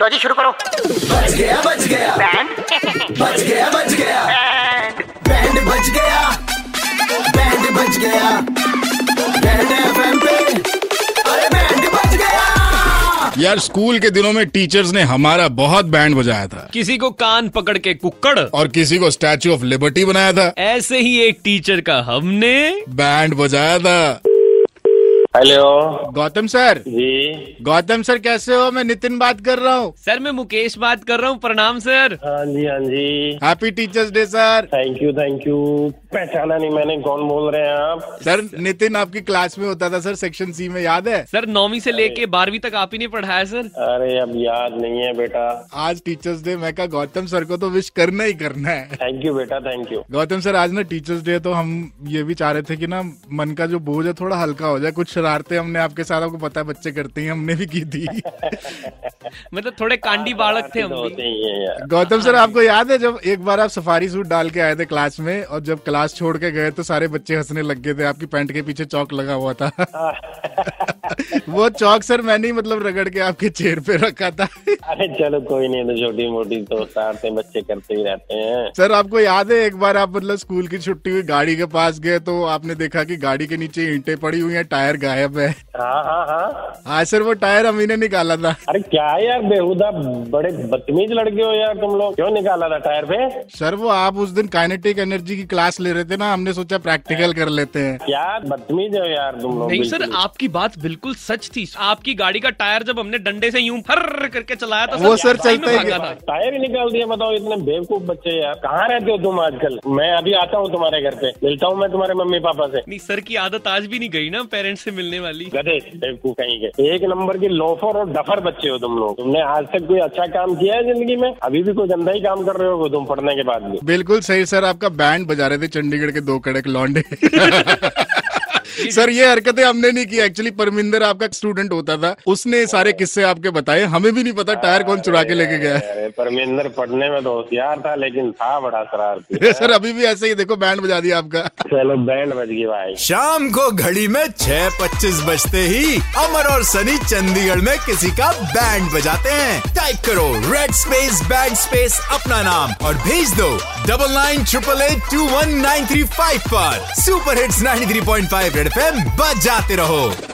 लो जी शुरू करो बच गया बच गया बैंड बच गया बच गया बैंड बच गया बैंड बच गया बैंड एफएम पे अरे बैंड बच गया यार स्कूल के दिनों में टीचर्स ने हमारा बहुत बैंड बजाया था किसी को कान पकड़ के कुक्कड़ और किसी को स्टैचू ऑफ लिबर्टी बनाया था ऐसे ही एक टीचर का हमने बैंड बजाया था hello Gautam sir ji Gautam sir कैसे हो मैं नितिन बात कर रहा हूँ सर मैं मुकेश बात कर रहा हूँ प्रणाम सर हाँ जी हाँ जी happy teachers day sir thank you thank you पहचाना नहीं मैंने कौन बोल रहे हैं आप सर नितिन आपकी क्लास में होता था सर सेक्शन सी में याद है सर नौवीं से लेके बारहवीं तक आप ही ने पढ़ाया सर अरे अब याद नहीं है बेटा आज टीचर्स डे मैं कहा गौतम सर को तो विश करना ही करना है थैंक यू बेटा थैंक यू गौतम सर आज ना टीचर्स डे तो हम ये भी चाह रहे थे कि ना मन का जो बोझ है थोड़ा हल्का हो जाए कुछ शरारतें हमने आपके साथ आपको पता है बच्चे करते हैं हमने भी की थी मतलब थोड़े कांडी बालक थे हम तो भी होते ही है यार गौतम सर आपको याद है जब एक बार आप सफारी सूट डाल के आए थे क्लास में और जब क्लास छोड़ के गए तो सारे बच्चे हंसने लग गए थे आपकी पैंट के पीछे चौक लगा हुआ था वो चौक सर मैंने ही मतलब रगड़ के आपके चेहरे पे रखा था अरे चलो कोई नहीं तो छोटी मोटी तो शरारते बच्चे करते ही रहते हैं सर आपको याद है एक बार आप मतलब स्कूल की छुट्टी हुई गाड़ी के पास गए तो आपने देखा कि गाड़ी के नीचे ईंटें पड़ी हुई हैं टायर गायब है हाँ हाँ हाँ हाँ सर वो टायर हम ही ने निकाला था अरे क्या है यार बेहुदा बड़े बदतमीज लड़के हो यार तुम लोग क्यों निकाला था टायर पे सर वो आप उस दिन काइनेटिक एनर्जी की क्लास ले रहे थे ना हमने सोचा प्रैक्टिकल कर लेते हैं क्या बदतमीज हो यार तुम लोग नहीं सर बिल्कुल। आपकी बात बिल्कुल सच थी आपकी गाड़ी का टायर जब हमने डंडे से यूं फर करके चलाया था वो सर सही में चलता ही भागा गया। था। टायर ही निकाल दिया बताओ इतने बेवकूफ बच्चे यार कहाँ रहते हो तुम आजकल मैं अभी आता हूँ तुम्हारे घर पे मिलता हूँ मैं तुम्हारे मम्मी पापा से नहीं सर की आदत आज भी नहीं गई ना पेरेंट्स से मिलने वाली गधे बेवकूफ कहीं के एक नंबर के लोफर और डफर बच्चे हो तुम लोग तुमने आज तक कोई अच्छा काम किया है जिंदगी में अभी भी कोई गंदा ही काम कर रहे हो तुम पढ़ने के बाद भी बिल्कुल सही सर आपका बैंड बजा रहे थे चंडीगढ़ के दो कड़क लौंडे सर ये हरकतें हमने नहीं की एक्चुअली परमिंदर आपका स्टूडेंट होता था उसने ये सारे किस्से आपके बताए हमें भी नहीं पता टायर कौन चुरा के लेके गया है अरे परमेंद्र पढ़ने में तो होशियार था लेकिन था बड़ा शरारती सर अभी भी ऐसे ही देखो बैंड बजा दिया आपका चलो बैंड बज गई भाई शाम को घड़ी में छह पच्चीस बजते ही अमर और सनी चंडीगढ़ में किसी का बैंड बजाते हैं टाइप करो रेड स्पेस बैंड स्पेस अपना नाम और भेज दो double nine triple eight two one nine three five पर super hits 93.5 three point five red F बजाते रहो